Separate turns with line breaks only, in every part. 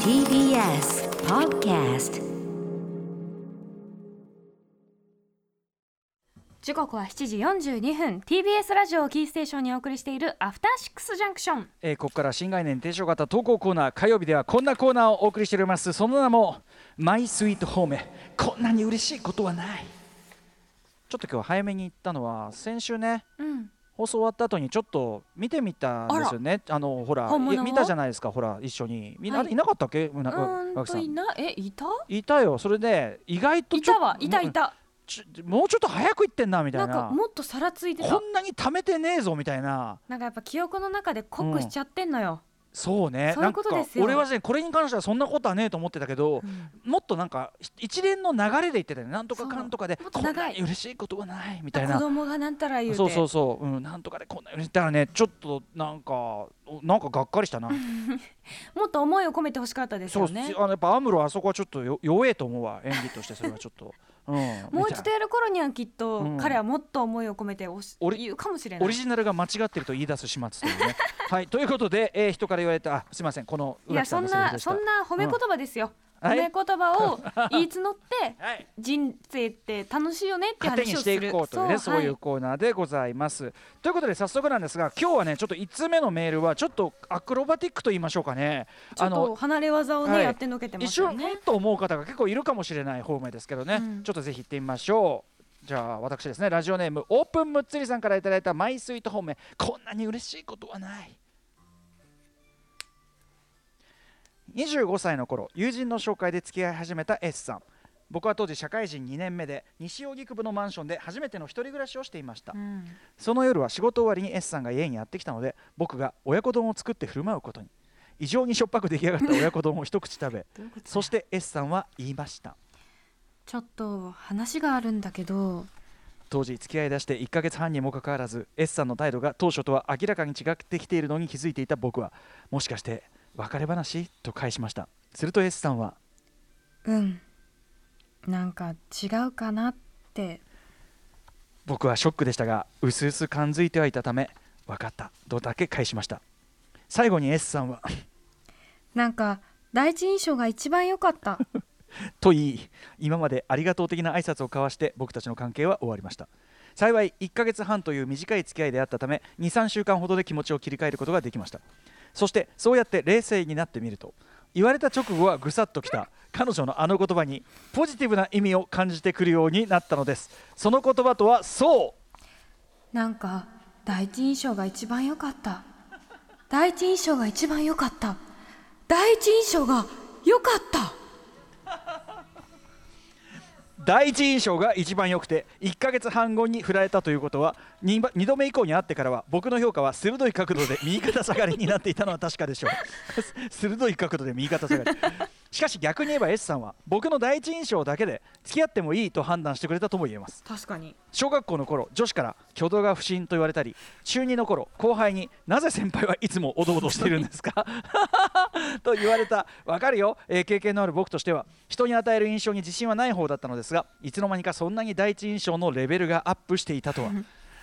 TBS Podcast
時刻は7時42分 TBS ラジオをキーステーションにお送りしているアフターシックスジャンクション
えーここから新概念提唱型投稿コーナー火曜日ではこんなコーナーをお送りしておりますその名も「マイスイートホームこんなに嬉しいことはない」ちょっと今日早めに行ったのは先週ね
うん
放送終わった後にちょっと見てみたんですよねあのほら
本物
い
を
見たじゃないですかほら一緒にみんな、
はい
い、なかったっけうな
う
う
ーん
脇
と
さ
い
ん
なえいた
いたよそれで意外と
い
ちょ
たわいたいた
ちょもうちょっと早く行ってんなみた
ないん
な
かもっとさらついて
こ
た
んなに溜めてねえぞみたいな
なんかやっぱ記憶の中で濃くしちゃってんのよ、
そうね
そういうこと
なんか
ですよ
俺はねこれに関してはそんなことはねえと思ってたけ
う
ど、
ん
もっとなんかひ一連の流れで言ってたよねなんとかかんとかで
そうもっと
こんな
長い
に嬉しいことがないみたい
子
な
供がなんたら言うて
そうそうそう、うん、なんとかでこんな嬉しいだからねちょっとなんかおなんかがっかりしたな、
もっと思いを込めてほしかったです
そ
よ
うあの
ね
やっぱアムロあそこはちょっとよ弱えと思うわ演技としてそれはちょっと、うん、
もう
みたい
一
な
度やる頃にはきっと、
うん
彼はもっと思いを込めておし
オリ
言うかもしれない
オリジナルが間違ってると言い出す始末というねはいということで、えー人から言われたあすいませんこの
い
浦
や
木さ
そん
んのセリフ
な
でした
そんな褒め言葉ですよ、
うん
褒
はい
め言葉を言い募って
はい
人生って楽しいよねって
糧に
話を
し
す
て
る
いこうというねそう,、い、
は
うコーナーでございます。ということで早速なんですが今日はねちょっと1通目のメールはちょっとアクロバティックと言いましょうかね。
ちょっと離れ技をね、
はい
やってのけてま
一
すよ
瞬
ね
うんと思う方が結構いるかもしれない方面ですけどね、
うん
ちょっとぜひ行ってみましょうじゃあ私ですねラジオネームオープンむっつりさんからいただいたマイスイート方面こんなに嬉しいことはない25歳の頃友人の紹介で付き合い始めた S さん僕は当時社会人2年目で西荻窪のマンションで初めての一人暮らしをしていました
うん
その夜は仕事終わりに S さんが家にやってきたので僕が親子丼を作って振る舞うことに異常にしょっぱく出来上がった親子丼を一口食べ
どういうことだ
そして S さんは言いました
ちょっと話があるんだけど
当時付き合い出して1ヶ月半にもかかわらず S さんの態度が当初とは明らかに違ってきているのに気づいていた僕はもしかして別れ話と返しましたすると S さんは
うんなんか違うかなって
僕はショックでしたが薄々感づいてはいたため分かったとだけ返しました最後に S さんは
なんか第一印象が一番良かった
と言い今までありがとう的な挨拶を交わして僕たちの関係は終わりました幸い1ヶ月半という短い付き合いであったため23週間ほどで気持ちを切り替えることができましたそしてそうやって冷静になってみると言われた直後はぐさっときた彼女のあの言葉にポジティブな意味を感じてくるようになったのですその言葉とはそう
なんか第一印象が一番良かった第一印象が一番良かった第一印象が良かった
第一印象が一番良くて1ヶ月半後に振られたということは 2, 度目以降に会ってからは僕の評価は鋭い角度で右肩下がりになっていたのは確かでしょう 鋭い角度で右肩下がりしかし逆に言えば S さんは僕の第一印象だけで付き合ってもいいと判断してくれたとも言えます
確かに
小学校の頃女子から挙動が不審と言われたり中2の頃後輩になぜ先輩はいつもおどおどしてるんですか と言われたわかるよ、えー経験のある僕としては人に与える印象に自信はない方だったのですがいつの間にかそんなに第一印象のレベルがアップしていたとは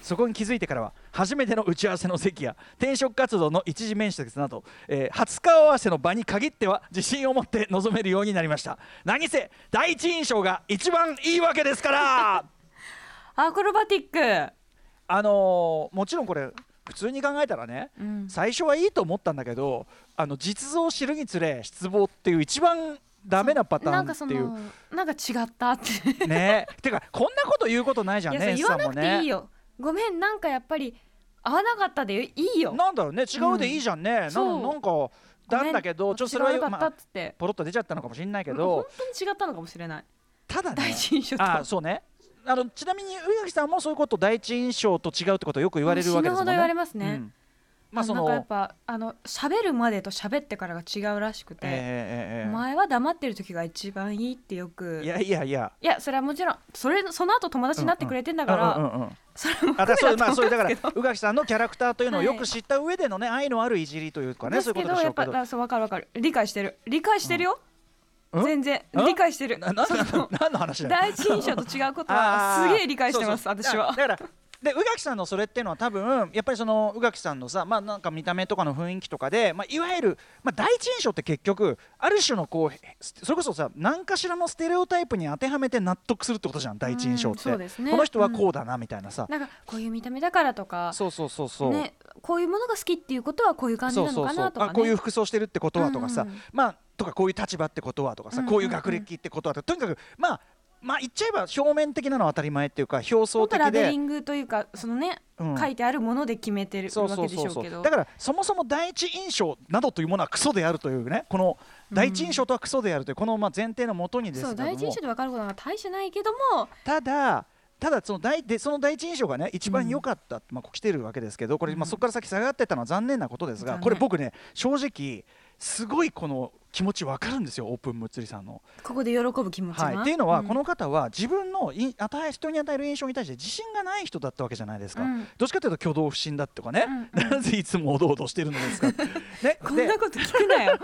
そこに気づいてからは初めての打ち合わせの席や転職活動の一時面接など、えー初顔合わせの場に限っては自信を持って臨めるようになりました何せ第一印象が一番いいわけですから
アクロバティック
あのーもちろんこれ普通に考えたらね、
うん
最初はいいと思ったんだけどあの実像を知るにつれ失望っていう一番ダメなパターンっていう
なんか違ったって
ね てかこんなこと言うことないじゃん
いやそれ
ね
言わな
さんも
くていい
ね
よ、ごめんなんかやっぱり合わなかったでいいよ
なんだろうね違うでいいじゃんね、な
そうん
なんかなんだけどちょっとそれは
よか
ま
ったっ
あ
つって、
ポロッと出ちゃったのかもしれないけ
本
ど
当に違ったのかもしれない、
ただね
第一印象と
あそうねあのちなみに上垣さんもそういうこと第一印象と違うってことをよく言われるわけですも
死ぬほ
んね。
ど言われますね
うんまあそ
なんかや
の
っぱあの喋るまでと喋ってからが違うらしくて、
えーえーえー
前は黙ってる時が一番いいってよく
いやいやいや
いやそれはもちろんそれその後友達になってくれてんだから、
うんうんうんうん
それも
あだそうまあそういうだから
けど
宇垣さんのキャラクターというのを
はい
よく知った上でのね、愛のあるいじりというかね
で
そう
すけ
いう
ど
ことでし
や
ょ
っ
うけ
ぱ
ど
だそう分かる分かる理解してる理解してるよ、
うん
全然
うん
理解してる
なな
その
何の話だよ
第一印象と違うこと
あ
は
ー
すげえ理解してます
そうそう
私は
だだからで宇垣さんのそれっていうのは多分やっぱりその宇垣さんのさまあなんか見た目とかの雰囲気とかで、まあ、いわゆる、まあ、第一印象って結局ある種のこうへそれこそさ何かしらのステレオタイプに当てはめて納得するってことじゃん第一印象っ
うん
て、
そうですね
この人はこうだなみたいなさ、
なんかこういう見た目だからとか
そうそうそうそう、
ね、こういうものが好きっていうことはこういう感じ
そう
な
そ
の
う
か
そう
なとか、ね、
あこういう服装してるってことはとかさ、
うんうんうん
まあとかこういう立場ってことはとか
うん
さ、
うんうん
こういう学歴ってことはとかとにかくまあまあ言っちゃえば表面的なのは当たり前っていうか表層
本当
的
ラベ
で
リングというかそのね、
うん
書いてあるもので決めてる
そ
わ
うそ
け
う
で
そ
し
う
ょう
そ
け
う
ど
だからそもそも第一印象などというものはクソであるというねこの第一印象とはクソであるというこのまあ前提のもとにです
そう
けども、
第一印象で分かることなんか大してないけども
ただただその第でその第一印象がね一番良かった、まあこう来てるわけですけどこれ、まあそこから先下がってったのは残念なことですが、
残念
これ僕ね正直すごいこの気持ちわかるんですよオープンむっつりさんの。
ここで喜ぶ気持ちが、
はい、っていうのは、
ん
この方は自分のい与え人に与える印象に対して自信がない人だったわけじゃないですか、
うん
どっちかというと挙動不審だとかね、
うんうん
なぜいつもおどおどしてるの ですか、ね、
こん
で
なこと聞くなよ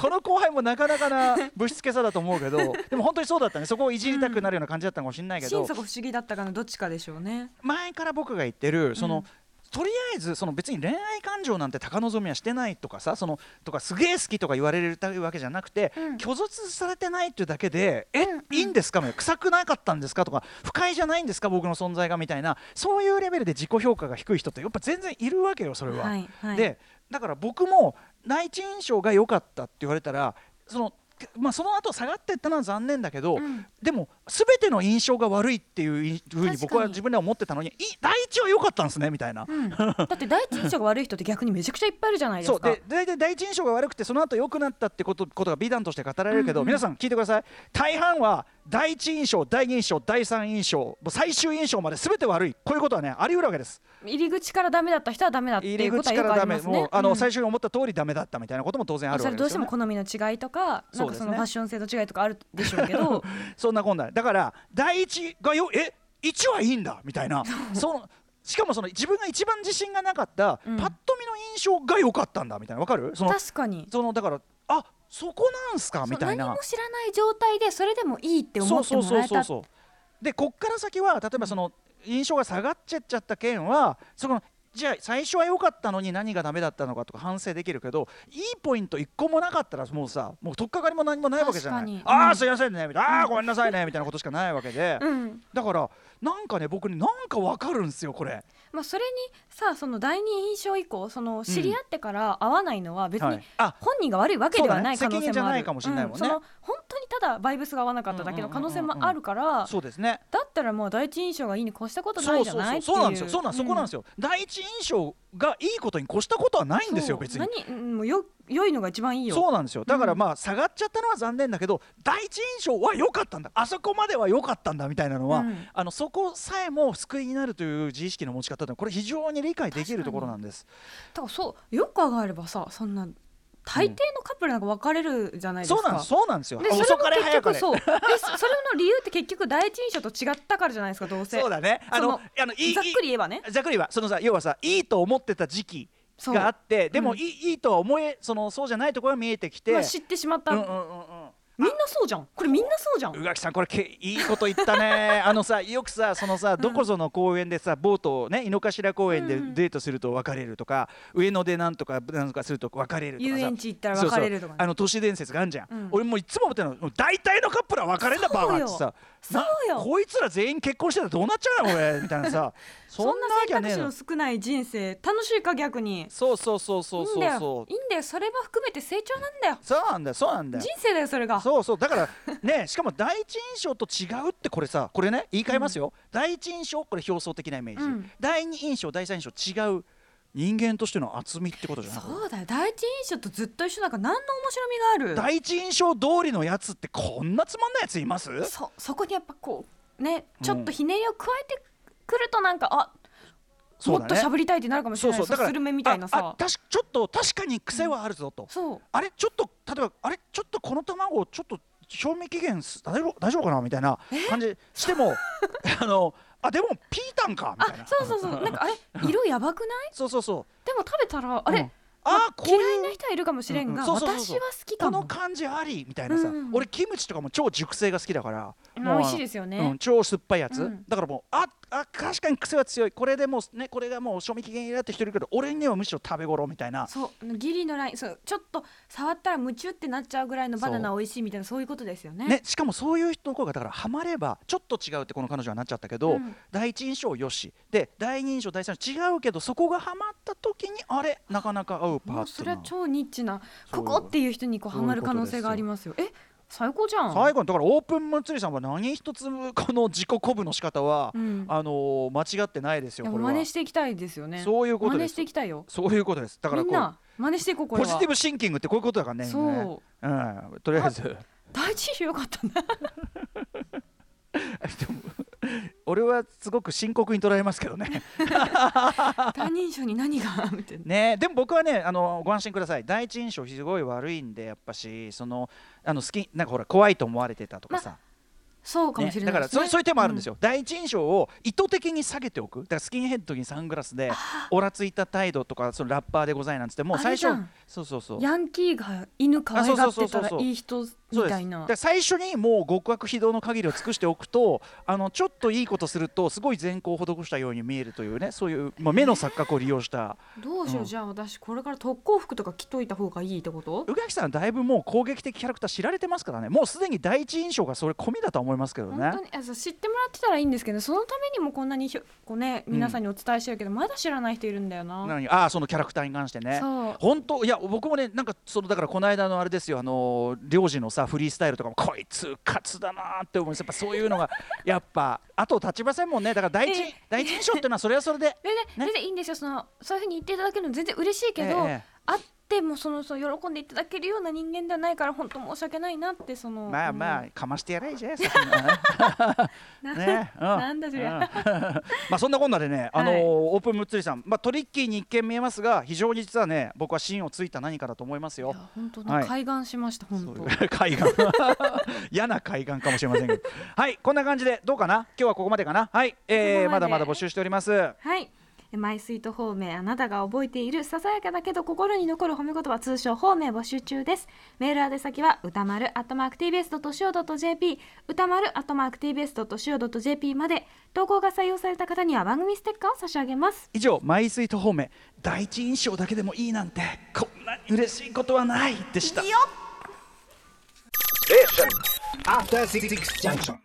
この後輩もなかなかなぶしつけさだと思うけどでも本当にそうだったねそこをいじりたくなるような感じだったのかもし れないけど、
心底不思議だったかのどっちかでしょうね
前から僕が言ってるその、
うん
とりあえずその別に恋愛感情なんて高望みはしてないとかさそのとかすげえ好きとか言われるわけじゃなくて、
うん
拒絶されてないっていうだけでえ、
うんうん
いいんですかみたいな臭くなかったんですかとか不快じゃないんですか僕の存在がみたいなそういうレベルで自己評価が低い人ってやっぱ全然いるわけよそれは。
いは
でだから僕も第一印象が良かったって言われたらそのまあその後下がっていったのは残念だけど、
うん
でも全ての印象が悪いっていうふうに僕
確か
は
に
自分では思ってたのにい第一は良かったんですねみたいな。
うん、だって第一印象が悪い人って逆にめちゃくちゃいっぱいいるじゃないで
そ
す
う
か
で大体第一印象が悪くてその後良くなったってことことが美談として語られるけど、
うんうん
皆さん聞いてください大半は第一印象第二印象第三印象もう最終印象まで全て悪いこういうことはねあり得るわけです。
入り口からダメだった人はダメだって
入
い
り
うこと
口
は
か
よく
ら
あ
ダ
り
メ、
ますね
もうあの、
うん
最初に思った通りダメだったみたいなことも当然あるわ
それ
けです
ど
よ、
う
ね、
しても好みの違いとかな
そ
ん
う
か
です
そ
ね
のファッション性の違いとかあるでしょうけど
そんなこんなだから第一がよえ一はいいんだみたいなそのしかもその自分が一番自信がなかった、
うん
パッと見の印象が良かったんだみたいなわかるその
確かに
そのだからあそこなんすかみたい
そう
な
何も知らない状態でそれでもいいって思ってもらえたって
うでこっから先は例えばその印象が下がっちゃっちゃった件はそこのじゃあ最初は良かったのに何がダメだったのかとか反省できるけどいいポイント一個もなかったらもうさもう取っかかりも何もないわけじゃない、
確かに
あ
う
あ
ん
すいませんねみたいな、ああごめんなさいねみたいなことしかないわけで、
うん
だからなんかね僕ねなんかわかるんですよこれ
まあ、それにさその第二印象以降その知り合ってから会わないのは別
は
に
いあ
本人が悪いわけではない
そ
可
うだ
能
ね責任
性
じゃ
もあ
な
る、
いかもしれないもんね
うんその本当にただバイブスが合わなかっただけの可能性もあるから、
そうですね
だったらもう第一印象がいいに越したことな
そ
いうじゃ
そう
な
そ
いうってい
そうなんですよそうなんそこなんです
よ
よ、第一印象がいいことに越したことはないんですよ別に
何うんもうよ良いのが一番いいよ
そうなんですよだからまあ下がっちゃったのは残念だけど、第一印象は良かったんだあそこまでは良かったんだみたいなのは、
うん
あのそこさえも救いになるという自意識の持ち方でこれ非常に理解できるところなんです。
だからそうよく考えればさそんな大抵のカップルなんか別れるじゃないですか、
そうなんですそうなんですよ。
で
あ
それ
遅
も
かれ
結
早か
局
れ
そうで そそれの理由って結局第一印象と違ったからじゃないですかどうせ
そうだね。あの
その
あのいい
ざっくり言えばね
いいざっくりはそのさ要はさいいと思ってた時期
そう
があってでも
うん
いい,、いいとは思えそのそうじゃないところが見えてきて。
まあ、知ってしまった、
うんうんうんうん。
みんなそうじゃんこれみんなそうじゃん
宇垣さんこれけいいこと言っ たねあのさよくさそのさどこぞの公園でさボートをね井の頭公園で
うんうん
デートすると別れるとか、上野でなんとかなんとかすると別れるとかさ
遊園地行ったら別れるとかね
そうそうあの都市伝説があるじゃん、
うん
俺もういつも思ってるのもう大体のカップルは別れんだ
そう
バ
よ
カってさな
そうよ
こいつら全員結婚してたらどうなっちゃうの俺みたいなさそ
そ
ん
ん
な
な
わけ
選
は
択
ねえ
肢
の
の少ない人生楽しいか逆に
そうそうそうそう
いいん
そ
だ
う
よ
そう
いいんだよそれも含めて成長なんだよ
そうなんだよそうなんだよ
人生だよそれが
そうそうだから ねしかも第一印象と違うってこれさこれね言い換えますよ、第一印象これ表層的なイメージ、
うん
第二印象第三印象違う人間としての厚みってことじゃなく
そうだよ第一印象とずっと一緒なんか何の面白みがあ
第一印象通りのやつってこんなつまんないやついます
るそそこにやっぱこうね
うん
ちょっとひねりを加えてくるとなんか、あ
そ
も
うだ
っと
ね
喋りたいってなるかもし
そ
れ
う
ない
そうだから
スルメみたいな
あ
さ
あたしちょっと確かに癖はあるぞと、
そう
あれちょっと例えばあれちょっとこの卵ちょっと賞味期限す大丈夫大丈夫かなみたいな感じしても あのあでもピータンかみたいな
あそうそう そうなんかあれ色やばくない
そうそうそう
でも食べたらあれ、
うんあーこう
嫌
いう
いな人はいるかもしれんが、
うんうんそうそうそう
私
そう
は好き
こ
か
の
も
感じありみたいなさ、
うん
俺キムチとかも超熟成が好きだから
うん
もうあの
美味しいですよね
うん、超酸っぱいや
う
つ、
ん
だからもうああ確かに癖は強いこれでもうねこれがもう賞味期限入れって人いるけど俺にはむしろ食べ頃みたいな
そうギリのラインそうちょっと触ったら夢中ってなっちゃうぐらいのバナナ美味しいみたいなそういうことですよね
ね、しかもそういう人の声がだからハマればちょっと違うってこの彼女はなっちゃったけ
う
ど、
ん
第一印象よしで第二印象第三印象違うけどそこがハマった時にあれなかなか合うパ
もう
ー
そ
ト
れ
ナ
は
ー
超ニッチな
そ
こ
う
こっていう人にこう
そう
ハ
いう
マる可能性がありますよえ最高じゃん
最後にだからオープンムツリさんは何一つこの自己鼓舞の仕方は、
うん
あのー間違ってないですよ
で
こ
も
れ
真
は
似していきたいですよね
そういうこと
真
で
似し
す
ていきたいよ
そういうことですだから
みん
こう
な真似していこうこれ
ポ
は
ジティブシンキングってこういうことだからね
そう
ねうん、とりあえず
第一印象よかった な
でも俺はすごく深刻に捉えますけどね
第二印象に何がみたいな
ねでも僕はねあのご安心ください第一印象すごい悪いんでやっぱしそのあの好きなんかほら怖いと思われてたとかさ、
そうかも
ね
しれな
だ
い
か
で
ら
すね
そうそういう手もあるんですよ、第一印象を意図的に下げておくだからスキンヘッドにサングラスでオラついた態度とかそのラッパーでございなんつってもう最初
あれじゃん
そうそうそう
うんヤンキーが犬可愛がってた
あそうそうそうそう
ら
そう
いい人
そう
み
です
たい
だ
な
から最初にもう極悪非道の限りを尽くしておくとあのちょっといいことするとすごい善行を施したように見えるというねそういう、まあ、目の錯覚を利用した
どうしよう、
うん
じゃあ私これから特攻服とか着といた方がいいってこと
宇垣さんはだいぶもう攻撃的キャラクター知られてますからねもうすでに第一印象がそれ込みだと思いますけど
本
ね
当にあそう知ってもらってたらいいんですけどそのためにもこんなにひょこう、ね、皆さんにお伝えしてるけど、まだ知らない人いるんだよな。
何ああそのキャラクターに関してね
そう
本当いや僕もねなんかそのだからこの間のあれですよあの領事のさフリースタイルとかもこいつカツだなーって思いますやっぱそういうのがやっぱあと立ちませんもんねだから第一
ええ
第一印象っていうのはそれはそれで
全
ね
然全然いいんですよそのそういうふうに言っていただけるの全然嬉しいけど、
ええ
あってもそのその喜んでいただけるような人間ではないから本当申し訳ないなってその
まあま
う
あ
ん
かましてやれいいじゃんそんなのね
な
ね、
なんだそりゃ
うんまあそんなこんな でね、あのー
はい
オープンムッツリさん、まあトリッキーに一見見えますが、非常に実はね、僕は芯をついた何かだと思います
いや
よ。
本当ね、
はい
開眼しました本当
そういう海 岸嫌な海岸かもしれませんけどはいこんな感じでどうかな今日はここまでかなはい、えー、
ここ
ま
まで
だまだ募集しております
はい。マイスイート方面あなたが覚えているささやかだけど心に残る褒め言葉通称方面募集中ですメール宛先は歌丸 atmarktbs.co.jp 歌丸 atmarktbs.co.jp まで投稿が採用された方には番組ステッカーを差し上げます
以上マイスイート方面第一印象だけでもいいなんてこんなに嬉しいことはないでした
After Six Junction.